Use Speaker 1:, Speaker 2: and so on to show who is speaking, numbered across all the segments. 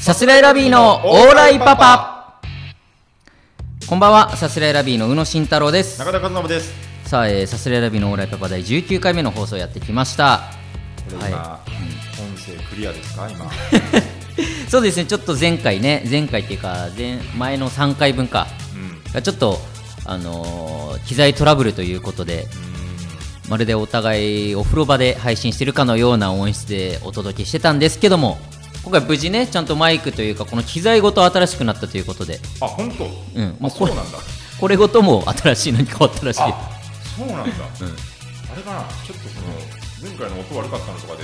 Speaker 1: さすらいラビーのオーライパパこんばんはさすらいラビーの宇野慎太郎です
Speaker 2: 中田和伸です
Speaker 1: さあ、えー、サスレラビのオーライパパ第19回目の放送やってきました
Speaker 2: これ今、音声クリアですか 今
Speaker 1: そうですねちょっと前回ね前回っていうか前前の3回分か
Speaker 2: うん
Speaker 1: がちょっとあのー機材トラブルということでまるでお互いお風呂場で配信してるかのような音質でお届けしてたんですけども今回無事ねちゃんとマイクというかこの機材ごと新しくなったということで
Speaker 2: あ本当
Speaker 1: うんも
Speaker 2: あ
Speaker 1: うこ
Speaker 2: そう
Speaker 1: れ
Speaker 2: なんだ
Speaker 1: これごとも新しいのに変わったらしい
Speaker 2: あそうなんだ、
Speaker 1: ん
Speaker 2: あれかなちょっとその前回の音悪かったのとかで、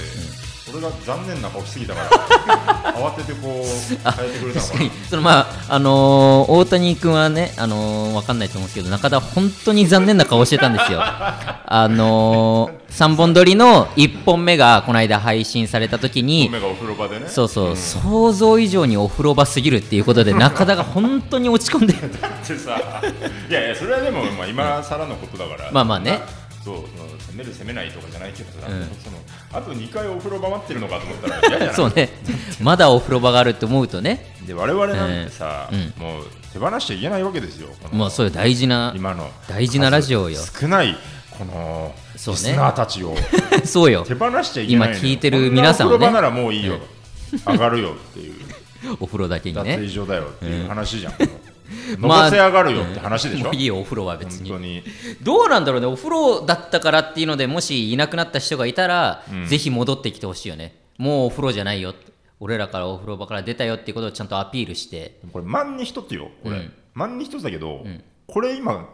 Speaker 2: 俺が残念な顔しすぎたから 慌ててこう変えてくれた
Speaker 1: 確
Speaker 2: のか
Speaker 1: か
Speaker 2: な
Speaker 1: にそのまああのー大谷君はね、あのーわかんないと思うんですけど中田は本当に残念な顔してたん ですよあの3本撮りの1本目がこの間配信された時に
Speaker 2: 目がお風呂場でね
Speaker 1: そうそう、想像以上にお風呂場すぎるっていうことで中田が本当に落ち 込んで
Speaker 2: ってさいやいやそれはでも、まあ、今更のことだから
Speaker 1: まあまあね
Speaker 2: そうその攻める攻めないとかじゃないけどさ、
Speaker 1: うん
Speaker 2: そのあと2回お風呂場待ってるのかと思ったら嫌じゃない
Speaker 1: そうねまだお風呂場があるって思うとね
Speaker 2: で我々なんてさ、
Speaker 1: え
Speaker 2: もう手放しちゃいけないわけですよ、この
Speaker 1: まあそういう大事な
Speaker 2: 今の
Speaker 1: 大事なラジオよ
Speaker 2: 数少ないこのリ
Speaker 1: そうね
Speaker 2: スナーたちを
Speaker 1: そうよ
Speaker 2: 手放しちゃいけないのよ
Speaker 1: 今聞いてる皆さんをね
Speaker 2: こなお風呂場ならもういいよ、上がるよっていう、
Speaker 1: お風呂だけに
Speaker 2: 脱衣
Speaker 1: ね
Speaker 2: 所だよっていう話じゃん、の
Speaker 1: まあ
Speaker 2: ぼせ上がるよって話でしょ、
Speaker 1: もういいよお風呂は別
Speaker 2: 本
Speaker 1: に
Speaker 2: 当に。
Speaker 1: どうなんだろうね、お風呂だったからっていうので、もしいなくなった人がいたら、
Speaker 2: うん
Speaker 1: ぜひ戻ってきてほしいよね。もうお風呂じゃないよって。俺らからお風呂場から出たよっていうことをちゃんとアピールして。
Speaker 2: これ万に一つよこれ、
Speaker 1: うん
Speaker 2: 万に一つだけど、これ今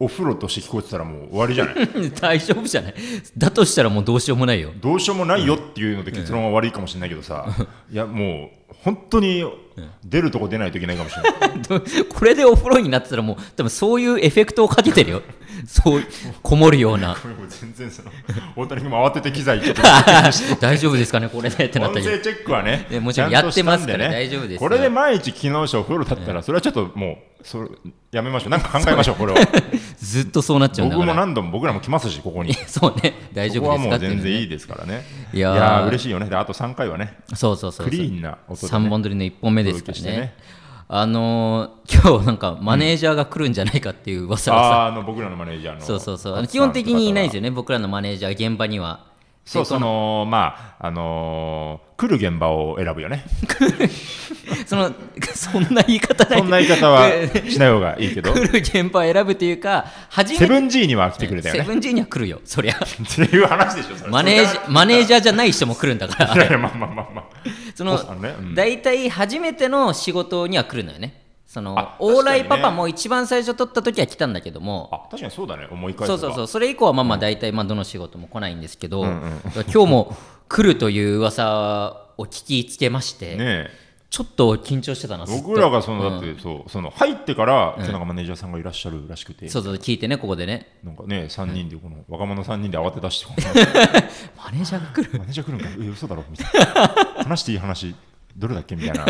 Speaker 2: お風呂として聞こえてたらもう終わりじゃ ない
Speaker 1: 大丈夫じゃないだとしたらもうどうしようもないよ。
Speaker 2: どうしようもないよっていうので結論は悪いかもしれないけどさ、いやもう本当に出るとこ出ないといけないかもしれ ない、
Speaker 1: どこれでお風呂になってたらもう、多分そういうエフェクトをかけ てるよ。そう、こもるような。
Speaker 2: これもう全然その大谷君も慌てて機材ち ょっと
Speaker 1: 大丈夫ですかね、これでってなった
Speaker 2: 音
Speaker 1: り。
Speaker 2: 声チェックはね
Speaker 1: ねもちろん
Speaker 2: ちゃとした
Speaker 1: やってますから大丈夫ですよ
Speaker 2: これで毎日機能車お風呂だったらそれはちょっともうそれやめましょうなんか考えましょう これは
Speaker 1: ずっとそうなっちゃうんだ
Speaker 2: 僕
Speaker 1: か
Speaker 2: も
Speaker 1: ら。
Speaker 2: 何度も僕らも来ますしここに
Speaker 1: そうね、 大丈
Speaker 2: ここ
Speaker 1: 夫
Speaker 2: は
Speaker 1: ですか
Speaker 2: もう
Speaker 1: っていう
Speaker 2: 全
Speaker 1: のね、
Speaker 2: 然いいですからね
Speaker 1: いやー
Speaker 2: 嬉しいよねであと3回はね
Speaker 1: そうそうそうそう。
Speaker 2: クリーンな音でね
Speaker 1: 3本撮りの1本目ですからね
Speaker 2: お届けしてね
Speaker 1: あのー 今日なんかマネージャーが来るんじゃないかっていう噂がさ、
Speaker 2: あーあの僕らのマネージャーの
Speaker 1: そうそうそうあの基本的にいないんですよね僕らのマネージャー現場には
Speaker 2: そうそのまああのー来る現場を選ぶよね
Speaker 1: その そんな言い方 ない
Speaker 2: そんな言い方 は
Speaker 1: 来
Speaker 2: しない方がいいけど
Speaker 1: る現場を選ぶというか初めて
Speaker 2: セブン G には来てくれたよ
Speaker 1: セ
Speaker 2: ね
Speaker 1: ブン G には来るよそり ゃ
Speaker 2: っていう話でしょそれ
Speaker 1: マネージマネージャーじゃない人も来るんだか
Speaker 2: い
Speaker 1: ら
Speaker 2: やいやまあまあまあまあ
Speaker 1: その
Speaker 2: そうだねうん
Speaker 1: 大体、初めての仕事には来るのよねその
Speaker 2: あ
Speaker 1: オーライ
Speaker 2: 確か
Speaker 1: パ
Speaker 2: にね
Speaker 1: パも一番最初取った時は来たんだけども
Speaker 2: あ確かにそうだね思い返
Speaker 1: そ
Speaker 2: せば
Speaker 1: うそうそうそれ以降はまあまあ大体まあどの仕事も来ないんですけど、
Speaker 2: んうん
Speaker 1: 今日も来るという噂を聞きつけまして、
Speaker 2: ねえ
Speaker 1: ちょっと緊張してたなずっと
Speaker 2: 僕らがその
Speaker 1: うん
Speaker 2: だってそうその入ってから今日なんかマネージャーさんがいらっしゃるらしくて
Speaker 1: そうそう聞いてねここでね
Speaker 2: なんかね3人でこの若者3人で慌て出してこの
Speaker 1: マネージャーが来る
Speaker 2: マネージャー来るんかえ嘘だろみたいな話していい話どれだっけみたいな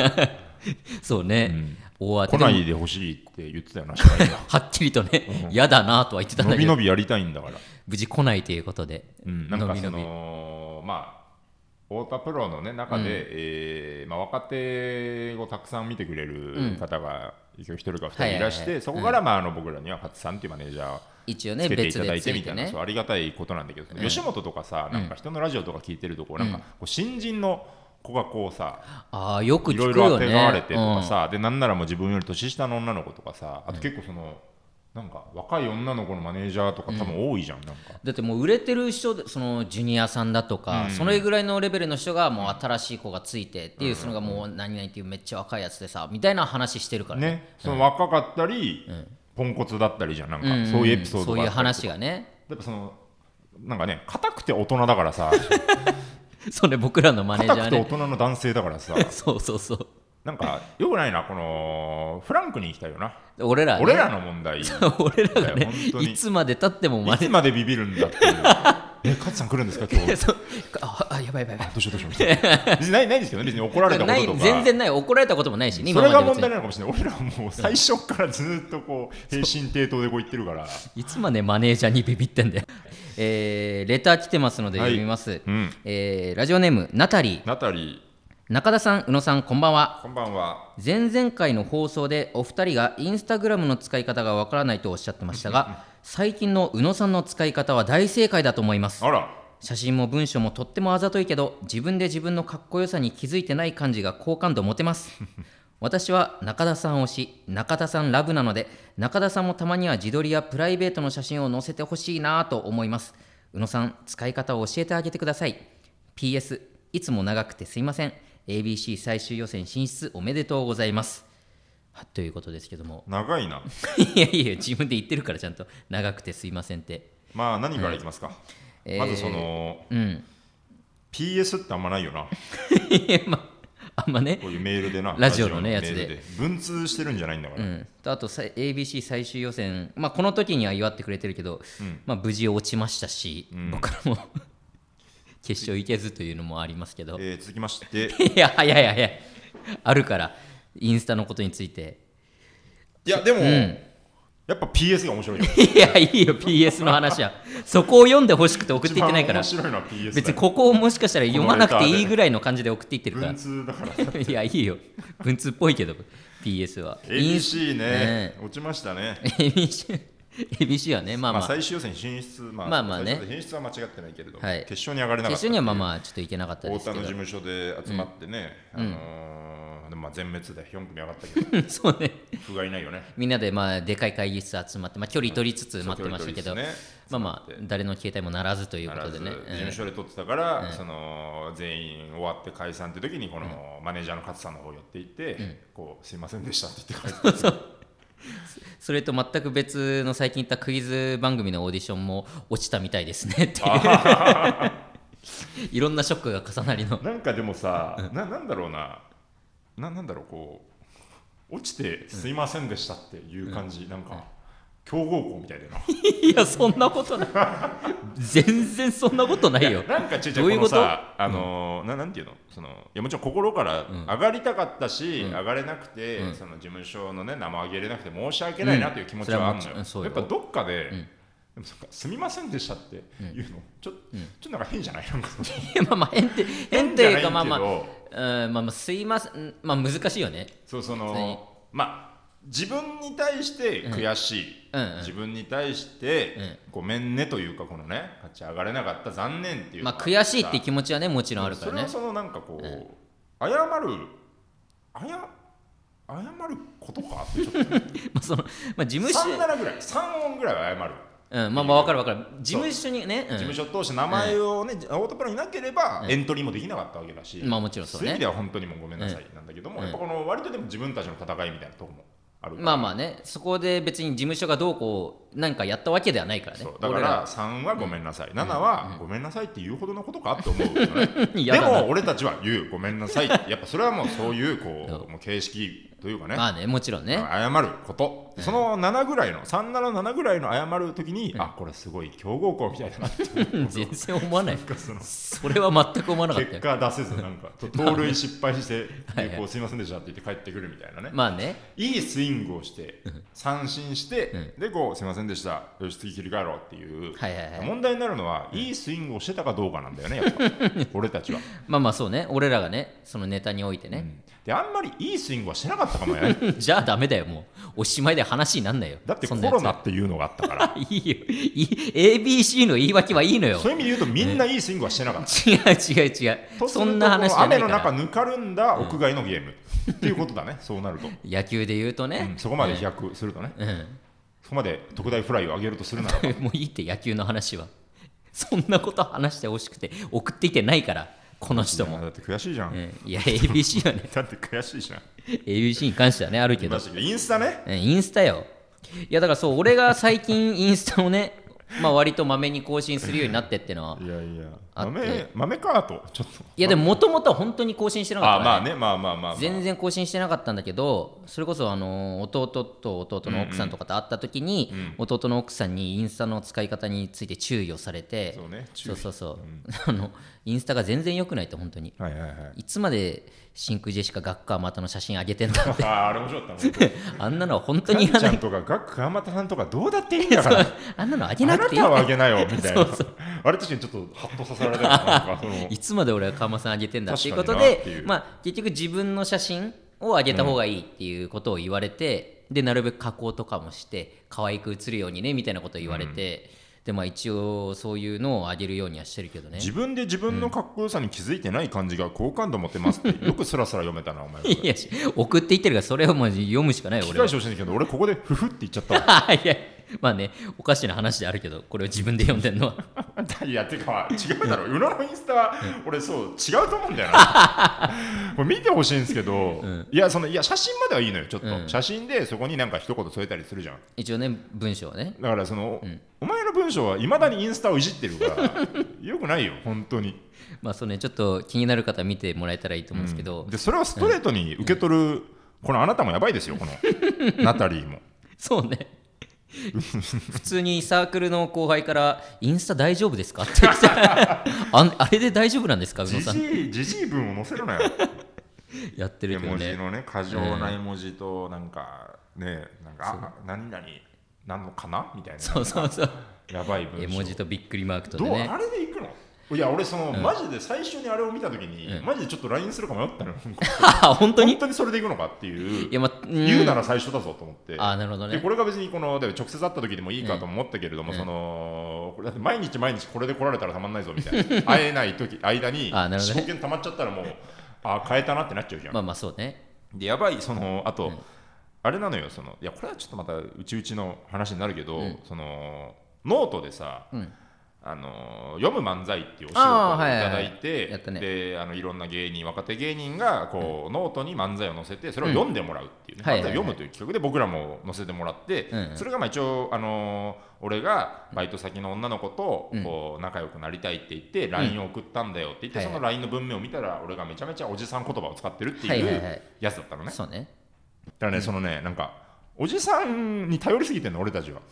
Speaker 1: そうね、大
Speaker 2: 来
Speaker 1: 当て
Speaker 2: な
Speaker 1: で
Speaker 2: いでほしいって言ってたよな社会 が
Speaker 1: はっきりとね嫌、だなとは言ってたん
Speaker 2: 伸
Speaker 1: だけ
Speaker 2: び伸
Speaker 1: ど
Speaker 2: びやりたいんだから、
Speaker 1: 無事来ないということで、
Speaker 2: うん、なんかその
Speaker 1: 伸び
Speaker 2: まあ太田プロの、ね、中で、えーまあ、若手をたくさん見てくれる方が今日一人か二人いらし
Speaker 1: は
Speaker 2: て、
Speaker 1: いはいはい
Speaker 2: そこから、まあ、あの僕らには勝さんっていうマネージャー
Speaker 1: 一応ね
Speaker 2: つけてい
Speaker 1: 別
Speaker 2: ただ
Speaker 1: で
Speaker 2: い
Speaker 1: つ
Speaker 2: てみ
Speaker 1: い
Speaker 2: た
Speaker 1: て
Speaker 2: いな、
Speaker 1: ね
Speaker 2: そうありがたいことなんだけど、吉本とかさなんか人のラジオとか聞いてるとこう、なんかこう新人の子がこうさ、
Speaker 1: ああよく
Speaker 2: いろ
Speaker 1: 聞
Speaker 2: い
Speaker 1: く
Speaker 2: ろ
Speaker 1: よ
Speaker 2: あて
Speaker 1: ね
Speaker 2: がわれてとかさ、でなんならもう自分より年下の女の子とかさあと結構その、なんか若い女の子のマネージャーとか多分多いじゃん、なんか
Speaker 1: だってもう売れてる人でそのジュニアさんだとか、それぐらいのレベルの人がもう新しい子がついてっていう、そのがもう何々っていうめっちゃ若いやつでさみたいな話してるからね
Speaker 2: ねその若かったり、ポンコツだったりじゃんなんか、そういうエピソード
Speaker 1: そう
Speaker 2: が
Speaker 1: いう
Speaker 2: あったりとか
Speaker 1: 話がね
Speaker 2: やっぱそのなんかね硬くて大人だからさ
Speaker 1: それ僕らの マネージ
Speaker 2: 硬
Speaker 1: ャー
Speaker 2: くて大
Speaker 1: ね
Speaker 2: 人の男性だから さ
Speaker 1: そうそうそう
Speaker 2: なんかよくないなこのフランクに行きたいよな
Speaker 1: 俺ら、ね、
Speaker 2: 俺らの 問題いつ
Speaker 1: 俺らが
Speaker 2: いや
Speaker 1: ね
Speaker 2: 本当に
Speaker 1: いつまでたってもマネ
Speaker 2: までビビるんだっていうえ勝さん来るんですか今日 ど
Speaker 1: そうああやばいやばいやばいう
Speaker 2: しようどうしよう 別にないないですけどね別に怒られたこと
Speaker 1: な
Speaker 2: と
Speaker 1: い
Speaker 2: か
Speaker 1: 全然ない怒られたこともないしね
Speaker 2: そ
Speaker 1: 今
Speaker 2: れが
Speaker 1: まで別に
Speaker 2: 問題なのかもしれない、俺らはもう最初からずっとこう平身低頭でこう言ってるから、
Speaker 1: いつまでマネージャーにビビってんだよ、えーレター来てますので
Speaker 2: はい
Speaker 1: 読みます、
Speaker 2: うん
Speaker 1: えーラジオネームナタリー
Speaker 2: ナタリ
Speaker 1: 中田さん宇野さんこんばんは
Speaker 2: こんばんは。
Speaker 1: 前々回の放送でお二人がインスタグラムの使い方がわからないとおっしゃってましたが最近の宇野さんの使い方は大正解だと思います
Speaker 2: あら、
Speaker 1: 写真も文章もとってもあざといけど自分で自分のかっこよさに気づいてない感じが好感度持てます私は中田さん推し中田さんラブなので中田さんもたまには自撮りやプライベートの写真を載せてほしいなぁと思います宇野さん使い方を教えてあげてください PS いつも長くてすいません ABC 最終予選進出おめでとうございますはということですけど も
Speaker 2: 長いな。
Speaker 1: いやいや自分で言ってるからちゃんと長くてすいませんって
Speaker 2: まあ、何からいきますか。
Speaker 1: えー
Speaker 2: まず、その、
Speaker 1: うん
Speaker 2: PS ってあんまないよな。
Speaker 1: いやまああんまね
Speaker 2: こういうメールでな
Speaker 1: 。ラジオのね
Speaker 2: ラジオのメール文通してるんじゃないんだか
Speaker 1: う
Speaker 2: ら。
Speaker 1: ん、とあとさ ABC 最終予選、まあ、この時には祝ってくれてるけど、まあ、無事落ちましたし、僕らも 決勝行けずというのもありますけど、
Speaker 2: えー続きまして、
Speaker 1: いや早い早いあるからインスタのことについて
Speaker 2: いや、でも、やっぱ PS が面白いよ。
Speaker 1: いやいいよ PS の話はそこを読んでほしくて送っていってないから
Speaker 2: 一番面白いのは PS だよ
Speaker 1: 別にここをもしかしたら読まなくていいぐらいの感じで送っていってるか
Speaker 2: 文
Speaker 1: ら
Speaker 2: 通だから。
Speaker 1: いやいいよ文通っぽいけど PS は
Speaker 2: ABC
Speaker 1: ね
Speaker 2: ね、落ちましたね。
Speaker 1: ABC, ABC はねまあ
Speaker 2: ま
Speaker 1: ま
Speaker 2: あ、
Speaker 1: あ
Speaker 2: 最終予選進出、まあ、
Speaker 1: まあまあね
Speaker 2: 最終予選進出は間違ってないけれど、
Speaker 1: はい
Speaker 2: 決勝に上がれなか
Speaker 1: 決勝
Speaker 2: ったっていう。
Speaker 1: にはまあまあちょっといけなかったで
Speaker 2: 太
Speaker 1: すけ
Speaker 2: 田の事
Speaker 1: ど
Speaker 2: 務所で集まってね、あのーでもまあ全滅で4組上がった けど、
Speaker 1: そうね
Speaker 2: 不甲斐ないよね。
Speaker 1: みんなでまあでかい会議室集まって、まあ、距離取りつつ待ってましたけど、
Speaker 2: そう距離取りつ
Speaker 1: まあまあ誰の携帯もならずということでね
Speaker 2: 必ず事務所で取ってたから、その全員終わって解散って時にこの、マネージャーの勝さんの方寄っていって、こうすいませんでしたって言って帰ってきた
Speaker 1: うんそれと全く別の最近行ったクイズ番組のオーディションも落ちたみたいですねっていういろんなショックが重 なりの
Speaker 2: なんかでもさななんだろうなななんだろうこう落ちてすいませんでしたっていう感じ、なんか強豪校みたいだよ
Speaker 1: いやそんなことない全然そんなことないよ
Speaker 2: ななんかちょいち
Speaker 1: ど
Speaker 2: ょ
Speaker 1: う
Speaker 2: い
Speaker 1: いう
Speaker 2: こ
Speaker 1: こ
Speaker 2: の
Speaker 1: と
Speaker 2: さあのー、ななんていうのそのいやもちろん心から上がりたかったし、上がれなくて、その事務所のね生上げれなくて申し訳ないなという気持ちはあるのよ,、
Speaker 1: うんそれ
Speaker 2: や
Speaker 1: は
Speaker 2: っ
Speaker 1: もち
Speaker 2: ぱどっかで、でもそっかすみませんでしたっていうの、ちょちょっとなんか変じゃないなんかその
Speaker 1: いやまあまあ変って 変というかまあまあ
Speaker 2: 変じゃないけど
Speaker 1: うんまあまあすいませんまあ難しいよね
Speaker 2: そうそ
Speaker 1: 普通に
Speaker 2: のまあ自分に対して悔しい、
Speaker 1: うんうんうん
Speaker 2: 自分に対して、ごめんねというかこのね勝ち上がれなかった残念っていう
Speaker 1: ま
Speaker 2: の
Speaker 1: あ
Speaker 2: が
Speaker 1: 悔しいって
Speaker 2: さ
Speaker 1: 気持ちはねもちろんあるからね
Speaker 2: それはそのなんかこう、謝る謝謝ること かってちょっと
Speaker 1: まあそのまあ事務所
Speaker 2: 3ならぐらい3音ぐらいは謝る
Speaker 1: うん、まあまあ分かる分かる事務所にね、うん
Speaker 2: 事務所通して名前をね、オートプロになければエントリーもできなかったわけだし、
Speaker 1: まあもちろんそうね
Speaker 2: そういう意味では本当にもうごめんなさいなんだけども、
Speaker 1: うん
Speaker 2: やっぱこの割とでも自分たちの戦いみたいなとこもあるから
Speaker 1: まあまあねそこで別に事務所がどうこうなんかやったわけではないからね
Speaker 2: そうだか
Speaker 1: 俺ら
Speaker 2: ら3はごめんなさい、7はごめんなさいって言うほどのことかって思うよね
Speaker 1: 嫌
Speaker 2: で
Speaker 1: だな
Speaker 2: も俺たちは言うごめんなさいやっぱそれはもうそういうこうもう形式というかね、
Speaker 1: まあねもちろんね
Speaker 2: 謝ること、その7ぐらいの377ぐらいの謝るときに、あこれすごい強豪校みたいだなって
Speaker 1: うん全然思わない
Speaker 2: なんかその
Speaker 1: それは全く思わなかった
Speaker 2: 結
Speaker 1: よ
Speaker 2: 果出せず なんかと盗塁失敗して
Speaker 1: はい
Speaker 2: でこうすいませんでしたって言って帰ってくるみたいなね、
Speaker 1: まあね
Speaker 2: いいスイングをして三振して、でこうすいませんでしたよし次切り替えろっていう、
Speaker 1: はいはいはい
Speaker 2: 問題になるのは、いいスイングをしてたかどうかなんだよねやっぱ 俺たちは、
Speaker 1: まあまあそうね俺らがねそのネタにおいてね、
Speaker 2: であんまりいいスイングはしてなかったか もね
Speaker 1: じゃあダメだよもうおしまいで話になんないよ
Speaker 2: だって
Speaker 1: そ
Speaker 2: コ
Speaker 1: んなやつ
Speaker 2: ロナっていうのがあったか ら
Speaker 1: いいよいい ABC の言い訳はいいのよ
Speaker 2: そういう意味で言うとみんないいスイングはしてなかった、
Speaker 1: 違う違う違う
Speaker 2: とする
Speaker 1: そ
Speaker 2: と
Speaker 1: んな話じゃない
Speaker 2: こ
Speaker 1: か
Speaker 2: の雨の
Speaker 1: ら
Speaker 2: 中ぬかるんだ屋外のゲーム、っていうことだねそうなると、
Speaker 1: 野球で言うと
Speaker 2: う
Speaker 1: ね、
Speaker 2: んそこまで飛躍するとね、そこまで特大フライを上げるとするならば
Speaker 1: もういいって野球の話はそんなこと話してほしくて送ってきてないからこの人も、
Speaker 2: だって悔しいじゃん、
Speaker 1: うんいや ABC はね
Speaker 2: だって悔しいじゃん
Speaker 1: ABC に関してはねあるけ
Speaker 2: 言い
Speaker 1: ど
Speaker 2: ましたけどインスタね
Speaker 1: うんインスタよいやだからそう俺が最近インスタをねまあ割とまめに更新するようになってってのはい
Speaker 2: やいや
Speaker 1: あって
Speaker 2: 豆豆かとちょっと
Speaker 1: いやでももともとは本当に更新してなか
Speaker 2: あ
Speaker 1: ったから
Speaker 2: まあねまあまあまあ、まあ、
Speaker 1: 全然更新してなかったんだけどそれこそあの弟と弟の奥さんとかと会った時に、弟の奥さんにインスタの使い方について注意をされて
Speaker 2: そうね
Speaker 1: そ
Speaker 2: 注意
Speaker 1: うそうそうあのインスタが全然良くないと本当に
Speaker 2: はいはいはい
Speaker 1: いつまで真空ジェシカ学科またの写真上げてんだ って
Speaker 2: あああれ面白かったもん
Speaker 1: あんなのは本当
Speaker 2: カ
Speaker 1: に
Speaker 2: ン
Speaker 1: いら
Speaker 2: ち
Speaker 1: な
Speaker 2: ゃ
Speaker 1: い
Speaker 2: んとかガク川俣さんとかどうだっていいんだから
Speaker 1: あんなの上げ
Speaker 2: あ
Speaker 1: な
Speaker 2: な
Speaker 1: くていい
Speaker 2: たはあげなよみたい な
Speaker 1: そうそう
Speaker 2: あれ確かにちょっとハッとさせ更でもなんかその
Speaker 1: いつまで俺は川間さんあげてんだっていうこと
Speaker 2: 確かになって
Speaker 1: で
Speaker 2: いう
Speaker 1: まあ結局自分の写真をあげた方がいいっていうことを言われて、でなるべく加工とかもして可愛く写るようにねみたいなことを言われて、でまあ一応そういうのをあげるようにはしてるけどね
Speaker 2: 自分で自分のかっこよさに気づいてない感じが好感度持てますってよくスラスラ読めたなお前
Speaker 1: いやし送っていってるからそれをもう読むしかないよ
Speaker 2: 機
Speaker 1: 俺は
Speaker 2: 械してほしいんだけど俺ここでフフって言っちゃったわ
Speaker 1: いやまあねおかしな話であるけどこれを自分で読んでるのは
Speaker 2: いやてか違うだろ宇野のインスタは俺そう違うと思うんだよな これ見てほしいんですけど、いやそのいや写真まではいいのよちょっと、
Speaker 1: うん
Speaker 2: 写真でそこになんか一言添えたりするじゃん
Speaker 1: 一応ね文章はね
Speaker 2: だからその、お前の文章はいまだにインスタをいじってるからよくないよ本当に
Speaker 1: まあそうねちょっと気になる方は見てもらえたらいいと思うんですけど、
Speaker 2: でそれをストレートに受け取る、このあなたもやばいですよこのナタリーも
Speaker 1: そうね普通にサークルの後輩から「インスタ大丈夫ですか?」って言って ああれで大丈夫なんですか宇野
Speaker 2: じ
Speaker 1: さ
Speaker 2: じ
Speaker 1: ん
Speaker 2: いじじい文を載せるなよ
Speaker 1: やってる
Speaker 2: 絵
Speaker 1: けど
Speaker 2: 文字
Speaker 1: ね
Speaker 2: のね過剰な絵文字となんかねなんかあ何々なんのかなみたい
Speaker 1: そうそうそう
Speaker 2: なやばい文章
Speaker 1: 絵文字とびっくりマークと
Speaker 2: ど
Speaker 1: で
Speaker 2: う
Speaker 1: ね
Speaker 2: あれでいくのいや俺その、マジで最初にあれを見たときに、
Speaker 1: うん
Speaker 2: マジでちょっと LINE するか迷ったのよ
Speaker 1: あ本当
Speaker 2: 本
Speaker 1: に
Speaker 2: 当にそれでいくのかっていう
Speaker 1: いやまあ、うん
Speaker 2: 言うなら最初だぞと思って、
Speaker 1: あなるほど
Speaker 2: で
Speaker 1: ね
Speaker 2: これが別にこので直接会った時でもいいかと思ったけれども、そのこれだって毎日毎日これで来られたらたまんないぞみたいな会えない時間に
Speaker 1: あなるほどね
Speaker 2: 証券たまっちゃったらもうあ変えたなってなっちゃうじゃん、
Speaker 1: まあまあそうね
Speaker 2: でやばいそのあと、あれなのよそのいやこれはちょっとまたうちうちの話になるけど、そのノートでさ、
Speaker 1: ん
Speaker 2: あの読む漫才っていうお仕
Speaker 1: あー
Speaker 2: 事をいた
Speaker 1: はいはいはい
Speaker 2: だいて、
Speaker 1: やったね
Speaker 2: であのいろんな芸人若手芸人がこう、ノートに漫才を載せてそれを読んでもらうっていうね、
Speaker 1: うんはいはい
Speaker 2: 漫才を読むという企画で僕らも載せてもらって、
Speaker 1: うんうん
Speaker 2: それがまあ一応、あの俺がバイト先の女の子とこう仲良くなりたいって言って、LINE を送ったんだよって言って、
Speaker 1: はい
Speaker 2: そ
Speaker 1: はい
Speaker 2: の LINE の文面を見たら俺がめちゃめちゃおじさん言葉を使ってるって
Speaker 1: はい
Speaker 2: い
Speaker 1: はいは
Speaker 2: う
Speaker 1: い
Speaker 2: やつだったのね。
Speaker 1: そうね
Speaker 2: だからね、そのね、なんか、おじさんに頼りすぎてんの、俺たちは。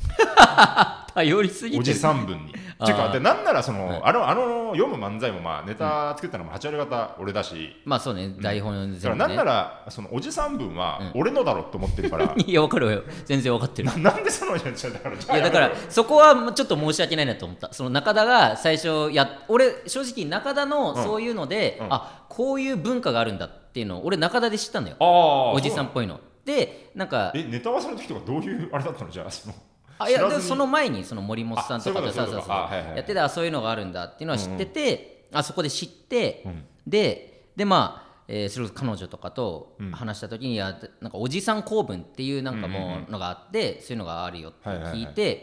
Speaker 1: 頼りすぎ
Speaker 2: お
Speaker 1: て
Speaker 2: じ
Speaker 1: る
Speaker 2: さん分に。て
Speaker 1: あー
Speaker 2: か、でなんならその、あの、あの、読む漫才も、まあ、ネタ作ったのも8割方俺だし、
Speaker 1: まあそうね台本
Speaker 2: だか
Speaker 1: 全
Speaker 2: ら
Speaker 1: 部
Speaker 2: なんな
Speaker 1: ね
Speaker 2: ら、そのおじさん分は俺のだろうと思ってるか ら、
Speaker 1: いや分かるよ全然分かってる
Speaker 2: ななんでその、いやじゃあだから、じゃ
Speaker 1: い
Speaker 2: あ
Speaker 1: やだからそこはもうちょっと申し訳ないなと思ったその中田が最初や俺正直中田の
Speaker 2: うん
Speaker 1: そういうので、
Speaker 2: うん
Speaker 1: あこういう文化があるんだっていうのを俺中田で知ったんだよ
Speaker 2: ああ、
Speaker 1: おじさん
Speaker 2: そ
Speaker 1: っぽいのでなんか
Speaker 2: うえ、ネタ合わせの時とか、どういう、あれだったの、じゃあ、その。
Speaker 1: あいや
Speaker 2: 知らず
Speaker 1: で
Speaker 2: に
Speaker 1: その前にその森本さんとか
Speaker 2: あそうい
Speaker 1: と
Speaker 2: う
Speaker 1: さ
Speaker 2: ことそういうこと
Speaker 1: さ
Speaker 2: あはいはいはい
Speaker 1: やってたあそういうのがあるんだっていうのは知ってて、あそこで知って、
Speaker 2: ん
Speaker 1: ででまあ、えーそれこそ彼女とかと話した時に、いやなんかおじさん公文っていうなんか
Speaker 2: うんう
Speaker 1: も
Speaker 2: ん
Speaker 1: うのがあって、そういうのがあるよって聞いて、
Speaker 2: は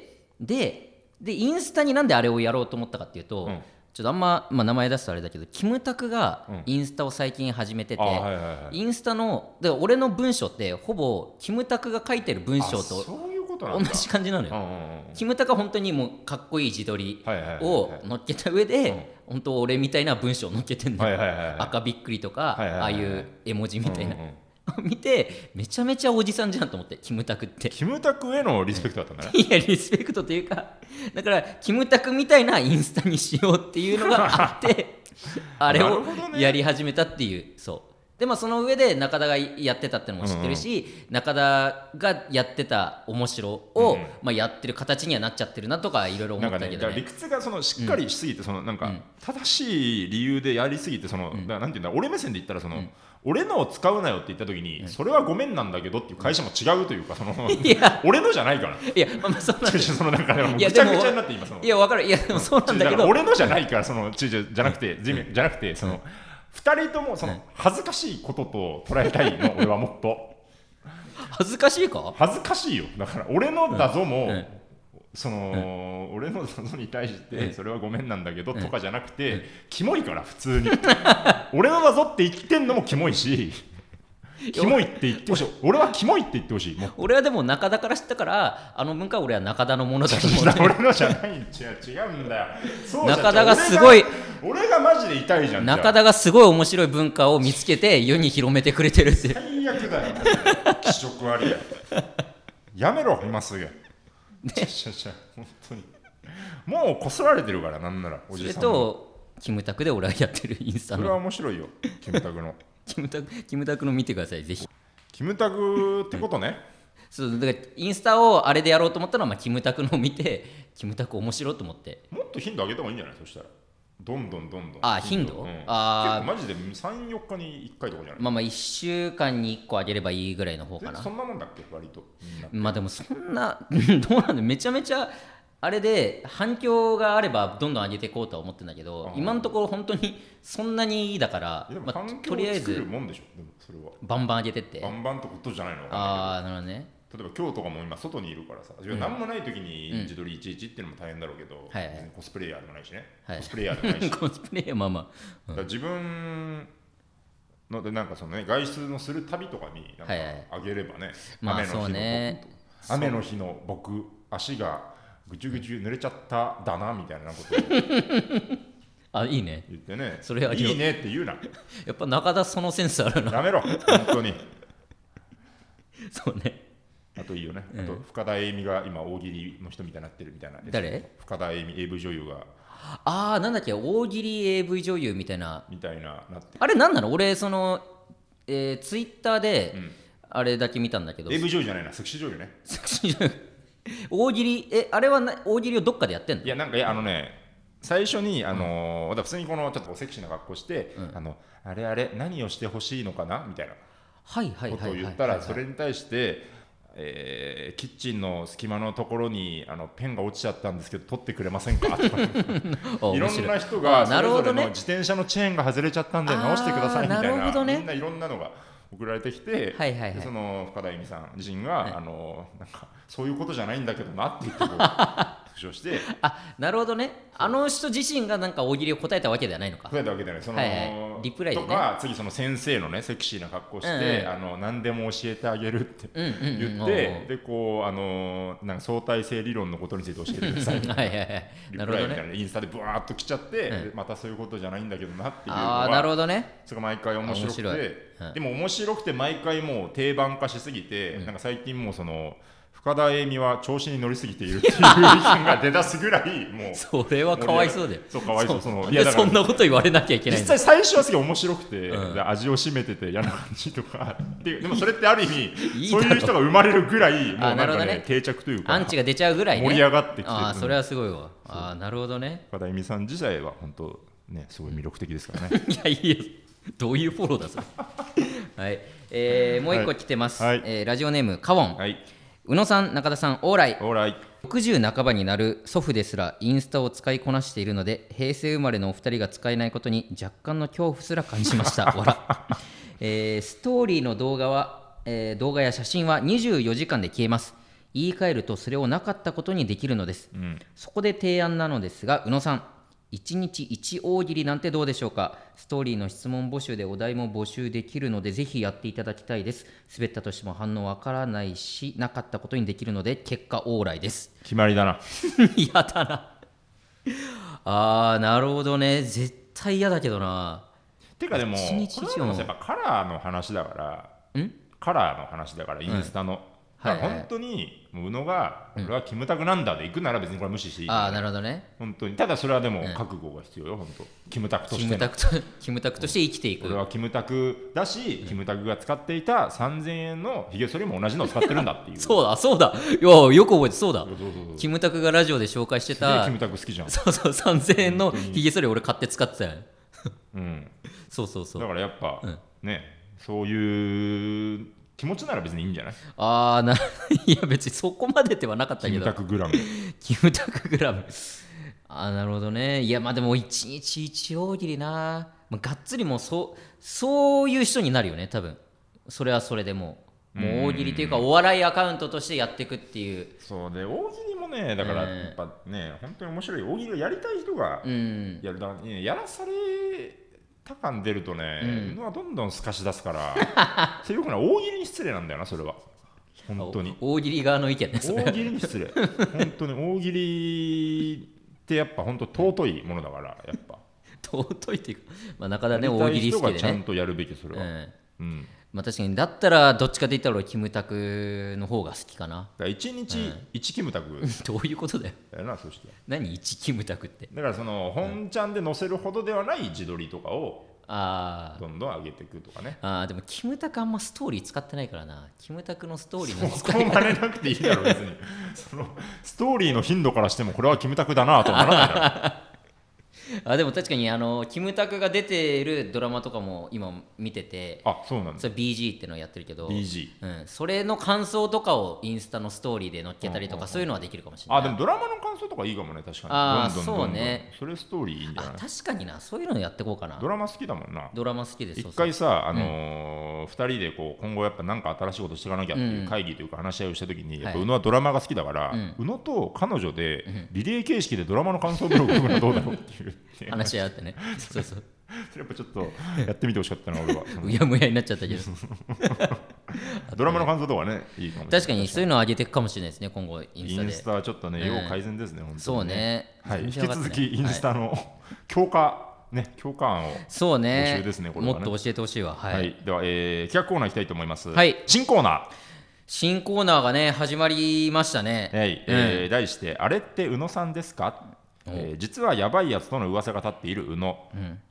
Speaker 1: ででインスタになんであれをやろうと思ったかっていうと、
Speaker 2: うん
Speaker 1: ちょっとあんま、まあ、名前出すとあれだけどキムタクが
Speaker 2: うん
Speaker 1: インスタを最近始めてて、
Speaker 2: あーはいはいはい
Speaker 1: インスタので俺の文章ってほぼキムタクが書いてる文章
Speaker 2: あ
Speaker 1: と
Speaker 2: そういうことな
Speaker 1: 同
Speaker 2: んだ。
Speaker 1: じ感じなのよ
Speaker 2: うん。うんうん
Speaker 1: キムタクは本当にもうかっこいい自撮り
Speaker 2: はいはいはい
Speaker 1: を乗っけた上で、
Speaker 2: うん
Speaker 1: 本当俺みたいな文章を乗っけてんの、
Speaker 2: はいはいはいはい
Speaker 1: 赤びっくりとか、
Speaker 2: はいはいはいはい
Speaker 1: ああいう絵文字みたいな、
Speaker 2: うんうんうん
Speaker 1: 見てめちゃめちゃおじさんじゃんと思ってキムタクっ て
Speaker 2: キムタクへのリスペクトだったんだね。
Speaker 1: いやリスペクトというかだからキムタクみたいなインスタにしようっていうの があって あれ
Speaker 2: な
Speaker 1: を
Speaker 2: るほどね
Speaker 1: やり始めたっていうそうでまあその上で中田がやってたってのも知ってるし、中田がやってた面白を、
Speaker 2: うん
Speaker 1: まあ、やってる形にはなっちゃってるなとかいろいろ思
Speaker 2: なん
Speaker 1: っ
Speaker 2: か
Speaker 1: た
Speaker 2: ね、
Speaker 1: け
Speaker 2: だ
Speaker 1: ど
Speaker 2: から
Speaker 1: ね
Speaker 2: 理屈がそのしっかりしすぎて、そのなんか正しい理由でやりすぎて、その、だからなんていうんだ、俺目線で言ったらその、俺のを使うなよって言った時に、それはごめんなんだけどっていう会社も違うというか、その
Speaker 1: いや
Speaker 2: 俺のじゃないから。
Speaker 1: いやまあまあそうなん
Speaker 2: ち
Speaker 1: だ
Speaker 2: ょちょそのなんかねもう
Speaker 1: い
Speaker 2: ぐち
Speaker 1: や
Speaker 2: ゃ
Speaker 1: でも
Speaker 2: ぐちゃになって今その。
Speaker 1: いやわかるいやでもそうなんだけ
Speaker 2: だから
Speaker 1: ど
Speaker 2: 俺のじゃないから、そのちょちょじゃなくて、じめじゃなくて、その二人ともその恥ずかしいことと捉えたいの、俺はもっと
Speaker 1: 恥ずかしいか
Speaker 2: 恥ずかしいよ。だから俺のだぞも。
Speaker 1: うん
Speaker 2: その、俺のそのに対してそれはごめんなんだけどとかじゃなくて、キモいから普通に 俺のだぞって言ってんのもキモい しキモいって言ってほしい俺はキモいって言ってほしいもう
Speaker 1: 俺はでも中田から知ったからあの文化は俺は中田のものだと 思って
Speaker 2: 俺のじゃない違う違うんだよそうじゃ
Speaker 1: 中田がすごい
Speaker 2: 俺が俺がマジで痛いじゃんじゃあ
Speaker 1: 中田がすごい面白い文化を見つけて世に広めてくれてるっていう
Speaker 2: 最悪だよマジで気色悪いややめろ今すぐ、ちょちょちょ本当にもうこすられてるからなんならお
Speaker 1: そ
Speaker 2: じ
Speaker 1: れ
Speaker 2: さんも
Speaker 1: とキムタクで俺はやってるインスタ
Speaker 2: それは
Speaker 1: の
Speaker 2: 面白いよキムタクの
Speaker 1: キムタクキムタクの見てくださいぜひ
Speaker 2: キムタクってことね。
Speaker 1: そうだからインスタをあれでやろうと思ったのは、まあ、キムタクのを見てキムタク面白いと思って
Speaker 2: もっと頻度上げた方がいいんじゃないそしたら。どんどんどんどん
Speaker 1: あ頻度
Speaker 2: うん
Speaker 1: あー
Speaker 2: 結構マジで34日に1回とかじゃない
Speaker 1: まあまあ1週間に1個あげればいいぐらいの方か
Speaker 2: 全
Speaker 1: な
Speaker 2: 然そんなもんだっけ割とみんな
Speaker 1: まあでもそんな どうなんだめちゃめちゃあれで反響があればどんどん上げていこうとは思ってんだけど
Speaker 2: あー
Speaker 1: 今のところ本当にそんなにいいだから
Speaker 2: いやで、も
Speaker 1: まあ
Speaker 2: 環、境
Speaker 1: と
Speaker 2: を
Speaker 1: りあえ
Speaker 2: 作る
Speaker 1: ず
Speaker 2: もんでしょでもそれは
Speaker 1: バンバン上げてって
Speaker 2: バンバンってことじゃないのわかんないけど
Speaker 1: ああなるほどね
Speaker 2: 例えば今日とかも今外にいるからさ、
Speaker 1: ん
Speaker 2: 何もない時に自撮りいちいちっていうのも大変だろうけど、
Speaker 1: はいはい
Speaker 2: 別にコスプレイヤーでもないしね、
Speaker 1: はい
Speaker 2: コスプレイヤーでも ないしだか
Speaker 1: コスプレイヤーまあまあ、うん
Speaker 2: ら自分のでなんかそのね外出のする旅とかになんか
Speaker 1: はいはい
Speaker 2: あげればね、
Speaker 1: まあ
Speaker 2: 雨の日の
Speaker 1: そう
Speaker 2: 僕、
Speaker 1: ね
Speaker 2: 雨の日の僕足がぐちゅぐちゅ濡れちゃっただなみたいなことを
Speaker 1: あいいね
Speaker 2: 言ってね
Speaker 1: それあげよう
Speaker 2: いいねって言 うな
Speaker 1: やっぱ中田そのセンスあるな
Speaker 2: やめろ本当に
Speaker 1: そうね
Speaker 2: あといいよね、あと深田栄美が今大喜利の人みたいになってるみたいな
Speaker 1: 誰
Speaker 2: 深田栄美 AV 女優が
Speaker 1: ああなんだっけ大喜利 AV 女優みたいな
Speaker 2: みたいななって
Speaker 1: あれなんなの俺その、えー、ツイッターで
Speaker 2: ん
Speaker 1: あれだけ見たんだけど、
Speaker 2: AV 女優じゃないなセクシー女優ね
Speaker 1: セクシーじゃない 大喜利えあれはな大喜利をどっかでやってんの
Speaker 2: いやなんかいやあのね最初に、あのーだから普通にこのちょっとセクシーな格好して、あのあれあれ何をしてほしいのかなみたいな
Speaker 1: はいはい
Speaker 2: こ
Speaker 1: はい
Speaker 2: と
Speaker 1: は
Speaker 2: を
Speaker 1: い
Speaker 2: 言ったら
Speaker 1: はいはい
Speaker 2: それに対して、えーキッチンの隙間のところにあのペンが落ちちゃったんですけど取ってくれませんか とか
Speaker 1: あ
Speaker 2: い
Speaker 1: 面
Speaker 2: ろ
Speaker 1: 白
Speaker 2: んな人
Speaker 1: あ
Speaker 2: がそ
Speaker 1: な
Speaker 2: れ
Speaker 1: るほ
Speaker 2: ぞれ
Speaker 1: ど
Speaker 2: の
Speaker 1: ね
Speaker 2: 自転車のチェーンが外れちゃったんで
Speaker 1: あー
Speaker 2: 直してくださいみたいな
Speaker 1: なるほどね
Speaker 2: みんないろんなのが送られてきて、
Speaker 1: はいはいはい
Speaker 2: でその深田由美さん自身が、あのなんかそういうことじゃないんだけどなって言って こう復唱して。
Speaker 1: あなるほどねあの人自身がなんか大喜利を答えたわけではないのか
Speaker 2: 答えたわけじゃ ないその、
Speaker 1: はいはいリプライでね
Speaker 2: とか次その先生のねセクシーな格好して、
Speaker 1: うんうん
Speaker 2: あの何でも教えてあげるって
Speaker 1: うんうんうん
Speaker 2: 言って、でこうあのなんか相対性理論のことについて教えてください
Speaker 1: うんうんはいはいはい
Speaker 2: リ
Speaker 1: な
Speaker 2: プ
Speaker 1: るほ
Speaker 2: ライ
Speaker 1: ど
Speaker 2: みたい
Speaker 1: ね
Speaker 2: な、インスタでブワーっと来ちゃって、
Speaker 1: うん
Speaker 2: でまたそういうことじゃないんだけどなっていうの
Speaker 1: ああなる
Speaker 2: は
Speaker 1: ほどね
Speaker 2: それが毎回面白くて
Speaker 1: 面白いうん
Speaker 2: でも面白くて毎回もう定番化しすぎて、なんか最近もうその深田栄美は調子に乗りすぎているっていう意見が出だすぐらいも う
Speaker 1: それはかわいそうだよ
Speaker 2: そうかわいそうその
Speaker 1: なん
Speaker 2: いや
Speaker 1: で
Speaker 2: だから
Speaker 1: そんなこと言われなきゃいけない
Speaker 2: 実
Speaker 1: んだ
Speaker 2: 際最初はすげえ面白くて、
Speaker 1: うん
Speaker 2: で味を占めてて嫌な感じとかっていうでもそれってある意味
Speaker 1: いいだ
Speaker 2: そ
Speaker 1: ろ
Speaker 2: ういう人が生まれるぐらいもう
Speaker 1: あ
Speaker 2: なん
Speaker 1: なるほ
Speaker 2: か
Speaker 1: ど
Speaker 2: ね
Speaker 1: ね
Speaker 2: 定着という
Speaker 1: ア
Speaker 2: か
Speaker 1: ンチが出ちゃうぐらいね
Speaker 2: 盛り上がってきてる
Speaker 1: ああそれはすごいわああなるほどね
Speaker 2: 岡田由美さん自体は本当ねすごい魅力的ですか らね
Speaker 1: いや、いいよ。どういうフォローだ、そ れ。はい、えーもう一個来てます。
Speaker 2: はい
Speaker 1: えーラジオネーム、カウォン。
Speaker 2: はい
Speaker 1: 宇野さん、中田さん、オーライ。
Speaker 2: オーライ
Speaker 1: 60半ばになる祖父ですらインスタを使いこなしているので平成生まれのお二人が使えないことに若干の恐怖すら感じました、笑えーストーリーの動画は、えー動画や写真は24時間で消えます言い換えるとそれをなかったことにできるのです、そこで提案なのですが宇野さん1日1大喜利なんてどうでしょうかストーリーの質問募集でお題も募集できるのでぜひやっていただきたいです滑ったとしても反応わからないしなかったことにできるので結果オーライです
Speaker 2: 決まりだな
Speaker 1: 嫌だなあーなるほどね絶対嫌だけどな
Speaker 2: てかでも
Speaker 1: 一日一
Speaker 2: こ
Speaker 1: 応
Speaker 2: れはやっぱカラーの話だからカラーの話だからインスタの、
Speaker 1: はいはい
Speaker 2: だから本当にもう宇野が俺はキムタクなんだで行くなら別にこれは無視していい、
Speaker 1: ああなるほどね
Speaker 2: 本当にただそれはでも覚悟が必要よ本当キムタクと
Speaker 1: キ
Speaker 2: し
Speaker 1: ム
Speaker 2: ての
Speaker 1: タクと キムタクとして生きてい
Speaker 2: 俺
Speaker 1: く
Speaker 2: はキムタクだし、キムタクが使っていた3000円のヒゲ剃りも同じのを使ってるんだっていう。
Speaker 1: そうだそうだいやよく覚えてそうだ
Speaker 2: そうそうそう
Speaker 1: キムタクがラジオで紹介して
Speaker 2: すげえ
Speaker 1: た
Speaker 2: キムタク好きじゃん。
Speaker 1: そうそう3000円のひげ剃り俺買って使ってたよ
Speaker 2: うん、
Speaker 1: そうそうそ
Speaker 2: だ
Speaker 1: う
Speaker 2: からやっぱ、
Speaker 1: うん
Speaker 2: ね、そういう気持ちなら別にいいんじゃない
Speaker 1: ああな いや別にそこまでではなかった
Speaker 2: キ
Speaker 1: けど
Speaker 2: ムタクグ ラム。
Speaker 1: キムタクグラム。あーなるほどね。いや、まあでも、一日一大喜利な。まあ、がっつりもうそう、そういう人になるよね、多分それはそれでもう。もう大喜利というか、お笑いアカウントとしてやっていくっていう。
Speaker 2: そうで、大喜利もね、だから
Speaker 1: うん
Speaker 2: やっぱね、本当に面白い。大喜利をやりたい人が
Speaker 1: うん。
Speaker 2: やるだから、ねやらされた感出るとね、
Speaker 1: うん
Speaker 2: 宇野はどんどん透かし出 すから、それよくない大喜利に失礼なんだよな、それは。本当に。
Speaker 1: 大喜利側の意見ね、それ。
Speaker 2: 大喜利に失礼本当に大喜利ってやっぱ本当尊いものだからやっぱ
Speaker 1: 尊いっていうか、まあ、中田ね、
Speaker 2: やりた
Speaker 1: 大
Speaker 2: い
Speaker 1: 喜利
Speaker 2: 人
Speaker 1: 好
Speaker 2: が
Speaker 1: き
Speaker 2: ち
Speaker 1: で
Speaker 2: ゃ
Speaker 1: ね
Speaker 2: ん。とやるべきそれ
Speaker 1: う
Speaker 2: は、うん
Speaker 1: ん。
Speaker 2: だか
Speaker 1: まあ、確かに、だったら、どっちかで言ったら俺、キムタクの方が好きかな。
Speaker 2: ら一日一キムタク
Speaker 1: どういうことだよ。
Speaker 2: やるなそして
Speaker 1: 何、一キムタクって。
Speaker 2: だからその本ちゃんで載せるほどではない自撮りとかを
Speaker 1: ああ。
Speaker 2: どんどん上げていくとかね
Speaker 1: あーでもキムタクあんまストーリー使ってないからなキムタクのストーリーの
Speaker 2: もう
Speaker 1: 使
Speaker 2: そこ
Speaker 1: い
Speaker 2: 真似なくていいだろ別 にそのストーリーの頻度からしてもこれはキムタクだなとはならないだろ
Speaker 1: あでも確かにあのキムタクが出ているドラマとかも今見てて
Speaker 2: あそうなんだ
Speaker 1: それ BG ってのをやってるけど
Speaker 2: BG
Speaker 1: うん、それの感想とかをインスタのストーリーで載っけたりとか、そういうのはできるかもしれない
Speaker 2: あでもドラマの感想とかいいかもね確かに
Speaker 1: あー
Speaker 2: どんどんどんどん
Speaker 1: そうね
Speaker 2: それストーリーいいんじゃ
Speaker 1: あ
Speaker 2: ない
Speaker 1: 確かになそういうのやってこうかな
Speaker 2: ドラマ好きだもんな
Speaker 1: ドラマ好きです
Speaker 2: 一回さ、あのー二人でこう今後やっぱなんか新しいことしていかなきゃっていう会議というか話し合いをした時に、やっ
Speaker 1: は
Speaker 2: ぱ
Speaker 1: い
Speaker 2: 宇野はドラマが好きだから、
Speaker 1: ん
Speaker 2: 宇野と彼女でリレー形式でドラマの感想ブログを書くのはどうだろうって いう
Speaker 1: そう話し合ってねそうそう
Speaker 2: それやっぱちょっとやってみてほしかったな俺 は
Speaker 1: うやむやになっちゃったけ ど
Speaker 2: ドラマの感想とかねいいかもしれない
Speaker 1: 確かにそういうのを上げていくかもしれないですね今後インス
Speaker 2: イ
Speaker 1: タで
Speaker 2: ンスタはちょっとね、
Speaker 1: うん
Speaker 2: 要改善ですね、本当に
Speaker 1: そうね
Speaker 2: はい、
Speaker 1: 全
Speaker 2: 引き
Speaker 1: 然わかってない
Speaker 2: 続きインスタの、強化、ね、強化案を、
Speaker 1: そうね
Speaker 2: 募集ですねこれは
Speaker 1: も
Speaker 2: ね
Speaker 1: っと教えてほしいわ
Speaker 2: はい
Speaker 1: はい、
Speaker 2: では、えー企画コーナーいきたいと思います。
Speaker 1: はい
Speaker 2: 新コーナ
Speaker 1: 新コーナーがね始まりましたね
Speaker 2: ー、はいえー題して、あれって宇野さんですか、えー実はやばいやつとの噂が立っている宇野、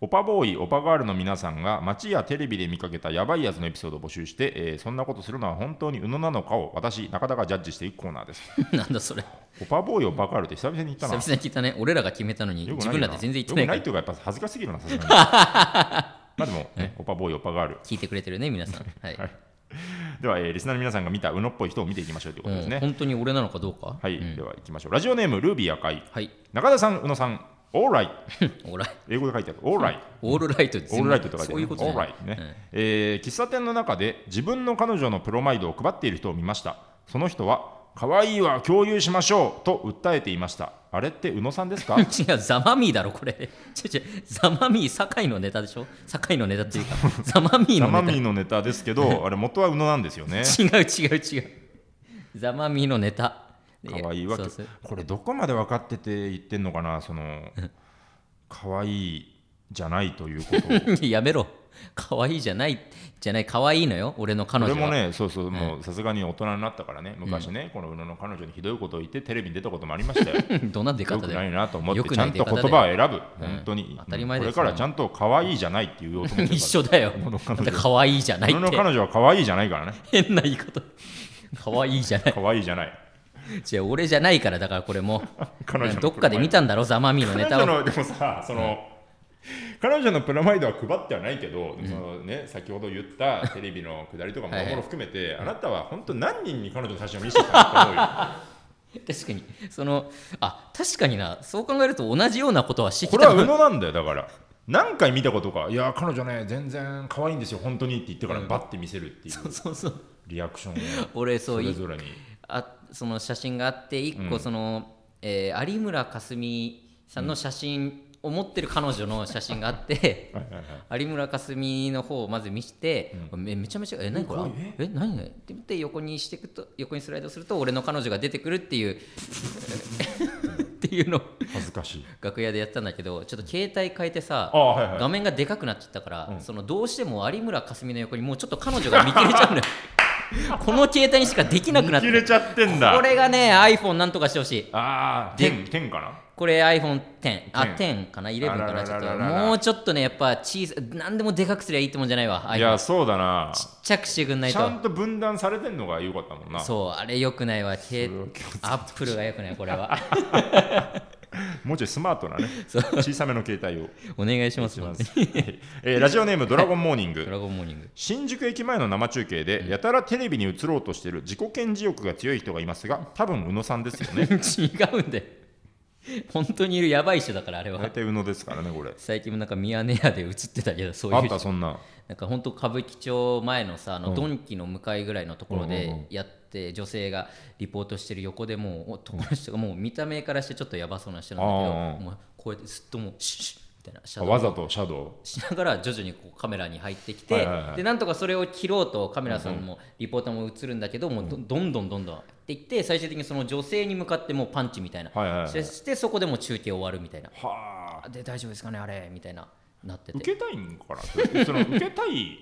Speaker 2: オパボーイ、オパガールの皆さんが街やテレビで見かけたやばいやつのエピソードを募集して、えーそんなことするのは本当に宇野なのかを私、中田がジャッジしていくコーナーです。
Speaker 1: なんだそれ
Speaker 2: オパボーイ、オパガールって久々に言った
Speaker 1: 久
Speaker 2: な
Speaker 1: 々に。聞いたね俺らが決めたのに
Speaker 2: よく
Speaker 1: 自
Speaker 2: ない
Speaker 1: 分
Speaker 2: よ
Speaker 1: ら
Speaker 2: な
Speaker 1: で全然言っ
Speaker 2: よ
Speaker 1: て
Speaker 2: く
Speaker 1: な
Speaker 2: ないい
Speaker 1: か
Speaker 2: というかやっぱ恥ずかしすぎるなさ すがにまあでも、ね、オパボーイオパガール
Speaker 1: ら聞いてくれてるね皆 さんはい、
Speaker 2: はいでは、えーリスナーの皆さんが見た宇野っぽい人を見ていきましょうということです
Speaker 1: うん
Speaker 2: ね、
Speaker 1: 本当に俺なのかどうか
Speaker 2: はい、
Speaker 1: うん
Speaker 2: では行きましょうラジオネームルービー赤い
Speaker 1: はい
Speaker 2: 中田さん宇野さんオーライ
Speaker 1: オーライ
Speaker 2: 英語で書いてあるオーライ
Speaker 1: オールライトです
Speaker 2: オ
Speaker 1: よ
Speaker 2: ールライトとか
Speaker 1: そういうことじ
Speaker 2: オ
Speaker 1: ゃ
Speaker 2: ー
Speaker 1: な
Speaker 2: ラ
Speaker 1: い
Speaker 2: イね、えー喫茶店の中で自分の彼女のプロマイドを配っている人を見ましたその人は可愛いわ共有しましょうと訴えていましたあれって宇野さんで すか
Speaker 1: 違う、ザマミーだろ、これ。違う違う、ザマミー、酒井のネタでしょ酒井のネタ っていうか、ザマミー
Speaker 2: 生
Speaker 1: のネ
Speaker 2: 身のネタです けどあれ元は宇野なんですよね
Speaker 1: タ。違う違う違う。ザマミーのネタ。
Speaker 2: 可愛いわけ
Speaker 1: そうそう
Speaker 2: これどこまで分かってて言ってんのかなその可愛いじゃないという ことを
Speaker 1: やめろ。可愛いじゃない、じゃない、可愛いのよ、俺の彼
Speaker 2: 俺
Speaker 1: 女は。
Speaker 2: もねそうそうもうさすがに大人になったからね昔ねこの宇野の彼女にひどいことを言ってテレビに出たこともありましたよ
Speaker 1: どんな出
Speaker 2: よ
Speaker 1: 方
Speaker 2: く
Speaker 1: だ
Speaker 2: ない
Speaker 1: よ。
Speaker 2: なと思っ
Speaker 1: よ
Speaker 2: て
Speaker 1: く
Speaker 2: ちゃ
Speaker 1: ない
Speaker 2: ん
Speaker 1: 出
Speaker 2: と言
Speaker 1: 方だよ
Speaker 2: 葉を選ぶ本当に
Speaker 1: 当たり前ですよ
Speaker 2: これからちゃんと可愛いじゃないって言おうと思って
Speaker 1: 一緒
Speaker 2: る
Speaker 1: だよ。だって可愛いじゃない
Speaker 2: 宇野
Speaker 1: っ
Speaker 2: の
Speaker 1: て。
Speaker 2: 彼女は可愛いじゃないからね
Speaker 1: 変な言い方。可愛いじゃない。
Speaker 2: 可愛いじゃない
Speaker 1: 違う、俺じゃないから、だからこれも。
Speaker 2: 彼女の
Speaker 1: どっかで見たんだろ、ザマミーのネ
Speaker 2: 彼
Speaker 1: タ
Speaker 2: 女
Speaker 1: を。
Speaker 2: のでもさその、彼女のプラマイドは配ってはないけど、そのね、先ほど言ったテレビのくだりとかも
Speaker 1: はいはい
Speaker 2: もろ含めて、あなたは本当何人に彼女の写真を見せてたの か
Speaker 1: 確かに。その、あ、確かにな、そう考えると同じようなことはして
Speaker 2: と
Speaker 1: き
Speaker 2: 思うよこれ
Speaker 1: た
Speaker 2: は宇野なんだよだから何回見たことかいや彼女ね全然可愛いんですよ本当にって言ってからバッて見せるっていう
Speaker 1: そうそう
Speaker 2: リアクションを
Speaker 1: 俺そ
Speaker 2: そうれ
Speaker 1: い
Speaker 2: ぞれに
Speaker 1: あその写真があって一個その、えー有村架純さんの写真を持ってる彼女の写真があって、
Speaker 2: はいはいはい
Speaker 1: 有村架純の方をまず見して、めめちゃめちゃ「え何これえ何何?」って言って横にしていくと横にスライドすると俺の彼女が出てくるっていう っていうのを
Speaker 2: 恥ずかしい
Speaker 1: 楽屋でやったんだけどちょっと携帯変えてさ
Speaker 2: ああはいはい
Speaker 1: 画面がでかくなっちゃったから、そのどうしても有村架純の横にもうちょっと彼女が見切れちゃうのよ この携帯にしかできなくなっ
Speaker 2: 切
Speaker 1: て
Speaker 2: れちゃってんだ
Speaker 1: これがね iPhone なんとかしてほしい
Speaker 2: ああ
Speaker 1: で
Speaker 2: 天天かな
Speaker 1: これ iPhone10 あ
Speaker 2: 10
Speaker 1: 10かな11か
Speaker 2: あら
Speaker 1: な
Speaker 2: ら
Speaker 1: ちょっ
Speaker 2: ら
Speaker 1: と
Speaker 2: ららら
Speaker 1: もうちょっとねやっぱ小さ何でもでかくすりゃいいってもんじゃないわ
Speaker 2: い
Speaker 1: iPhone
Speaker 2: やそうだな
Speaker 1: ちっちゃくしてくんない
Speaker 2: ち
Speaker 1: と
Speaker 2: ゃんと分断されてんのが良かったもんな
Speaker 1: そうあれよくないわ携アップルがよくないこれは
Speaker 2: もうちょいスマートなね小さめの携帯を
Speaker 1: お願いします 本当に
Speaker 2: えーラジオネームドラゴンモーニン
Speaker 1: ド
Speaker 2: グ
Speaker 1: ラゴンモーニング
Speaker 2: 新宿駅前の生中継でやたらテレビに映ろうとしてる自己顕示欲が強い人がいますが多分宇野さんですよね
Speaker 1: 違うんで本当にいるやばい人だからあ れは
Speaker 2: 大体宇野ですからねこれ
Speaker 1: 最近もなんかミヤネ屋で映ってたけどそう
Speaker 2: あ
Speaker 1: い
Speaker 2: っ
Speaker 1: う
Speaker 2: たそんな
Speaker 1: なんか本当歌舞伎町前のさあのドンキの向かいぐらいのところ
Speaker 2: うんうんう
Speaker 1: で
Speaker 2: ん
Speaker 1: やって女性がリポートしてる横でもう男の人がもう見た目からしてちょっとやばそうな人なんだけど
Speaker 2: ああああ
Speaker 1: もうこうやってずっともうシュッシュッみたいなシ
Speaker 2: あ
Speaker 1: ャドウ
Speaker 2: わざとシャド
Speaker 1: しながら徐々にこうカメラに入ってきて、
Speaker 2: はいはいはい
Speaker 1: でなんとかそれを切ろうとカメラさんもリポーターも映るんだけどもうどどんどんどんどんっていって最終的にその女性に向かってもうパンチみたいな、
Speaker 2: はいはいはい
Speaker 1: そしてそこでもう中継終わるみたいな
Speaker 2: ウはあ
Speaker 1: で大丈夫ですかねあれみたいななってて
Speaker 2: 受けたいんかなそれその受けたい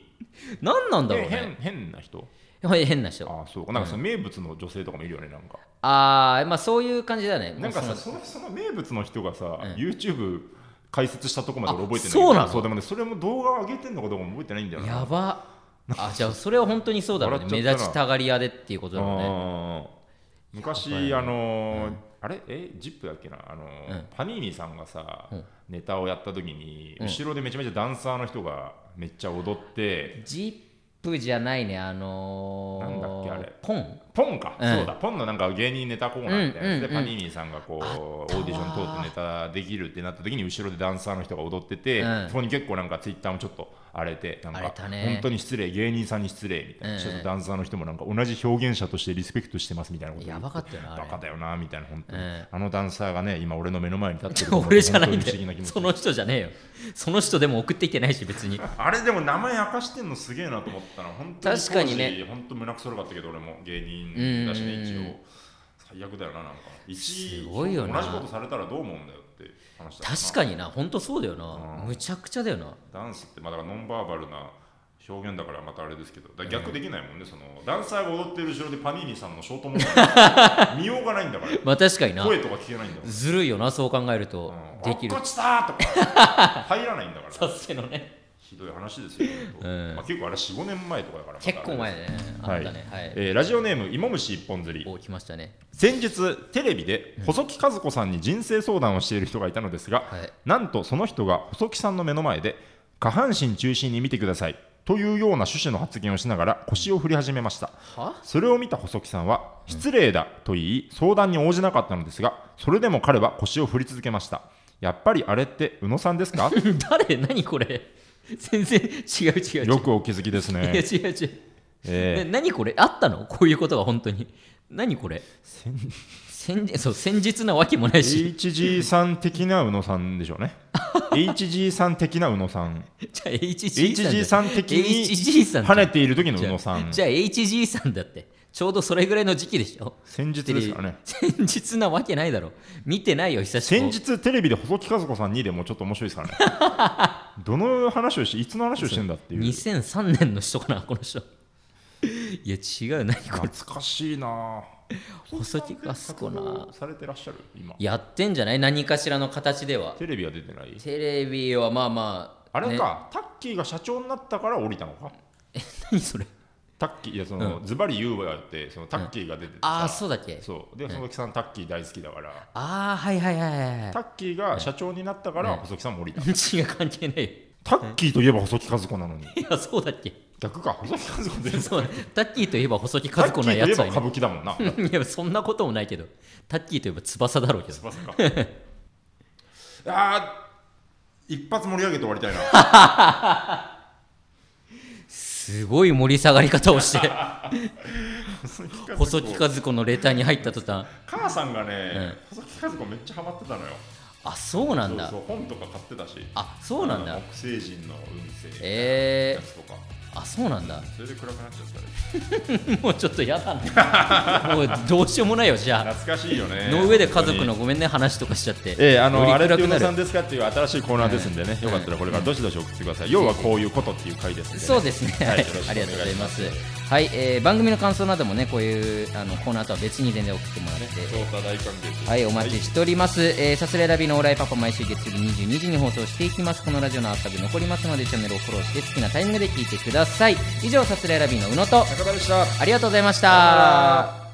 Speaker 1: 何なんだろう
Speaker 2: え
Speaker 1: ね
Speaker 2: 変変な人
Speaker 1: はい 変な人
Speaker 2: ああそうかなんかその名物の女性とかもいるよねなんか
Speaker 1: ああまあそういう感じだね
Speaker 2: なんか
Speaker 1: も
Speaker 2: さ
Speaker 1: うそ
Speaker 2: そ
Speaker 1: の
Speaker 2: のその名物の人がさ YouTube 解説したとこまで俺覚えてない
Speaker 1: あそうなの
Speaker 2: そうでもねそれも動画上げてんのかどうかも覚えてないんだよな
Speaker 1: やばあじゃあそれは本当にそうだろうね
Speaker 2: 笑っちゃ
Speaker 1: 目
Speaker 2: ったな
Speaker 1: 立ちたがり屋でっていうことだろうね
Speaker 2: あー昔、あのーあれえジップだっけなあの、
Speaker 1: うん
Speaker 2: パニーニさんがさ、
Speaker 1: うん
Speaker 2: ネタをやった時に
Speaker 1: うん
Speaker 2: 後ろでめちゃめちゃダンサーの人がめっちゃ踊って、
Speaker 1: ジップじゃないねあのー、
Speaker 2: なんだっけあれ
Speaker 1: ポン
Speaker 2: ポンか、
Speaker 1: うん
Speaker 2: そうだポンのなんか芸人ネタコーナーみたいなやつで、
Speaker 1: うんうんう
Speaker 2: パ
Speaker 1: ん
Speaker 2: ニーニさんがこうオ
Speaker 1: たわ
Speaker 2: ーディション通ってネタできるってなった時に後ろでダンサーの人が踊ってて、
Speaker 1: うん
Speaker 2: そこに結構なんかツイッターもちょっと荒れてなんか
Speaker 1: 荒れたね
Speaker 2: 本当に失礼芸人さんに失礼みたいな、
Speaker 1: うん
Speaker 2: ちょっとダンサーの人もなんか同じ表現者としてリスペクトしてますみたいなことを言
Speaker 1: や
Speaker 2: て
Speaker 1: ばかったよなあれ
Speaker 2: バカだよなみたいな本当に、
Speaker 1: うん
Speaker 2: あのダンサーがね今俺の目の前に立ってる と思うと
Speaker 1: 俺じゃないん
Speaker 2: 本
Speaker 1: だ
Speaker 2: 当に不思議な気
Speaker 1: よ
Speaker 2: 持ち
Speaker 1: その人じゃねえよその人でも送ってきてないし別 に
Speaker 2: あれでも名前明かしてんのすげえなと思ったな本当に
Speaker 1: 確かにね
Speaker 2: 当時本当胸くそろかったけど俺も芸人だし
Speaker 1: うん
Speaker 2: ね
Speaker 1: うん
Speaker 2: 一
Speaker 1: うん
Speaker 2: 応最悪だよななんか一
Speaker 1: すごいよな
Speaker 2: 同じことされたらどう思うんだよって話だ
Speaker 1: 確かにな本当そうだよな、
Speaker 2: うん
Speaker 1: むちゃくちゃだよな
Speaker 2: ダンスってまあだからノンバーバルな表現だからまたあれですけどだから逆できないもんね、そのダンサーが踊ってる後ろでパニーニさんのショートモード見ようがない んだか
Speaker 1: まあ確かに
Speaker 2: ら
Speaker 1: な
Speaker 2: 声とか聞けないんだもん
Speaker 1: ずるいよなそう考えると、
Speaker 2: うん
Speaker 1: できる
Speaker 2: あこっちだーとか入らないんだから
Speaker 1: サスケのね
Speaker 2: ひどい話ですよ、本当
Speaker 1: うん
Speaker 2: まあ、結構あれ45年前とかだからまたあれ
Speaker 1: 結
Speaker 2: です
Speaker 1: 構前ねあったねはい、
Speaker 2: えーラジオネーム芋虫一本釣り
Speaker 1: お来ましたね
Speaker 2: 先日テレビで細木和子さんに人生相談をしている人がいたのですが、
Speaker 1: はい
Speaker 2: なんとその人が細木さんの目の前で下半身中心に見てくださいというような趣旨の発言をしながら腰を振り始めました
Speaker 1: は
Speaker 2: それを見た細木さんは失礼だと言い相談に応じなかったのですがそれでも彼は腰を振り続けましたやっぱりあれって宇野さんですか
Speaker 1: 誰何これ全然違う違う違う
Speaker 2: よくお気づきです
Speaker 1: いや
Speaker 2: ね、
Speaker 1: 違う違う、
Speaker 2: えー
Speaker 1: ね何これあったのこういうことが本当に何これ
Speaker 2: 先
Speaker 1: 先そう先日なわけもないし、
Speaker 2: HG さん的な宇野さんでしょうね HG さん的な宇野さん
Speaker 1: じゃあ HG さん
Speaker 2: HG さん的に
Speaker 1: HG さん
Speaker 2: 跳ねている時の宇
Speaker 1: じゃ
Speaker 2: 野
Speaker 1: あ
Speaker 2: さん
Speaker 1: じゃあ HG さんだってちょうどそれぐらいの時期でしょ
Speaker 2: 先日ですからね
Speaker 1: 先日なわけないだろ見てないよ久しぶり
Speaker 2: 先日テレビで細木数子さんにでもちょっと面白いですから ねどの話をしいつの話をしてんだっていう
Speaker 1: 2003年の人かなこの人 いや違う何これ
Speaker 2: 懐かしいな
Speaker 1: 細木和子な
Speaker 2: されてらっしゃる今
Speaker 1: やってんじゃない何かしらの形では
Speaker 2: テレビは出てない
Speaker 1: テレビはまあまあ
Speaker 2: あれ
Speaker 1: ね
Speaker 2: かタッキーが社長になったから降りたのか
Speaker 1: 何それ
Speaker 2: タッキーいやそのズバリ言うわよってそのタッキーが出てて
Speaker 1: ああ
Speaker 2: さ
Speaker 1: そうだっけ
Speaker 2: そうで細木さんタッキー大好きだから
Speaker 1: ああはいはいはいはい
Speaker 2: タッキーが社長になったから細木さんも降りた、
Speaker 1: 血が関係ない
Speaker 2: タッキーといえば細木和子なのに
Speaker 1: いやそうだっけ
Speaker 2: 逆か細木和子で
Speaker 1: そうだタッキーといえば細木
Speaker 2: タ
Speaker 1: 和
Speaker 2: ッキ
Speaker 1: 子
Speaker 2: ー
Speaker 1: の
Speaker 2: とい
Speaker 1: や
Speaker 2: え
Speaker 1: つ
Speaker 2: ば
Speaker 1: はい
Speaker 2: 歌
Speaker 1: ない
Speaker 2: 舞伎だもんな
Speaker 1: いやそんなこともないけどタッキーといえば翼だろうけど
Speaker 2: まさか あー一発盛り上げて終わりたいな
Speaker 1: すごい盛り下がり方をして
Speaker 2: 細木和子
Speaker 1: 細木和子のレターに入った途端
Speaker 2: 母さんがね、細木和子めっちゃハマってたのよ
Speaker 1: あそうなんだ
Speaker 2: そうそう本とか買ってたし
Speaker 1: あそうなんだ
Speaker 2: あの木星人の運勢みたいな
Speaker 1: え
Speaker 2: やつとか、
Speaker 1: ー、あそうなん だ
Speaker 2: それで暗くなっちゃったり
Speaker 1: もうちょっとやだな もうどうしようもないよじゃあ
Speaker 2: 懐かしいよね
Speaker 1: の上で家族のごめんね話とかしちゃって
Speaker 2: ええあの、あ
Speaker 1: より
Speaker 2: れ
Speaker 1: 暗
Speaker 2: って
Speaker 1: く
Speaker 2: 宇
Speaker 1: な
Speaker 2: 野さん
Speaker 1: る
Speaker 2: ですかっていう新しいコーナーですんでね、
Speaker 1: うん
Speaker 2: よかったらこれからどしどし送ってください。要はこういうことっていう回ですんでね
Speaker 1: そうですね、
Speaker 2: はいよろしくお願いします
Speaker 1: ありがとうございますはい、えー番組の感想などもねこういうあのコーナーとは別に全然送ってもらって、
Speaker 2: そうか大歓迎です
Speaker 1: はい、お待ちしております。えーさすらいラビのオーライパパ毎週月曜日22時に放送していきます。このラジオのアーカイブ残りますので、チャンネルをフォローして好きなタイミングで聞いてください。以上、さすらいラビの宇野と、
Speaker 2: 中田でした。
Speaker 1: ありがとうございまし
Speaker 2: さよなら
Speaker 1: た。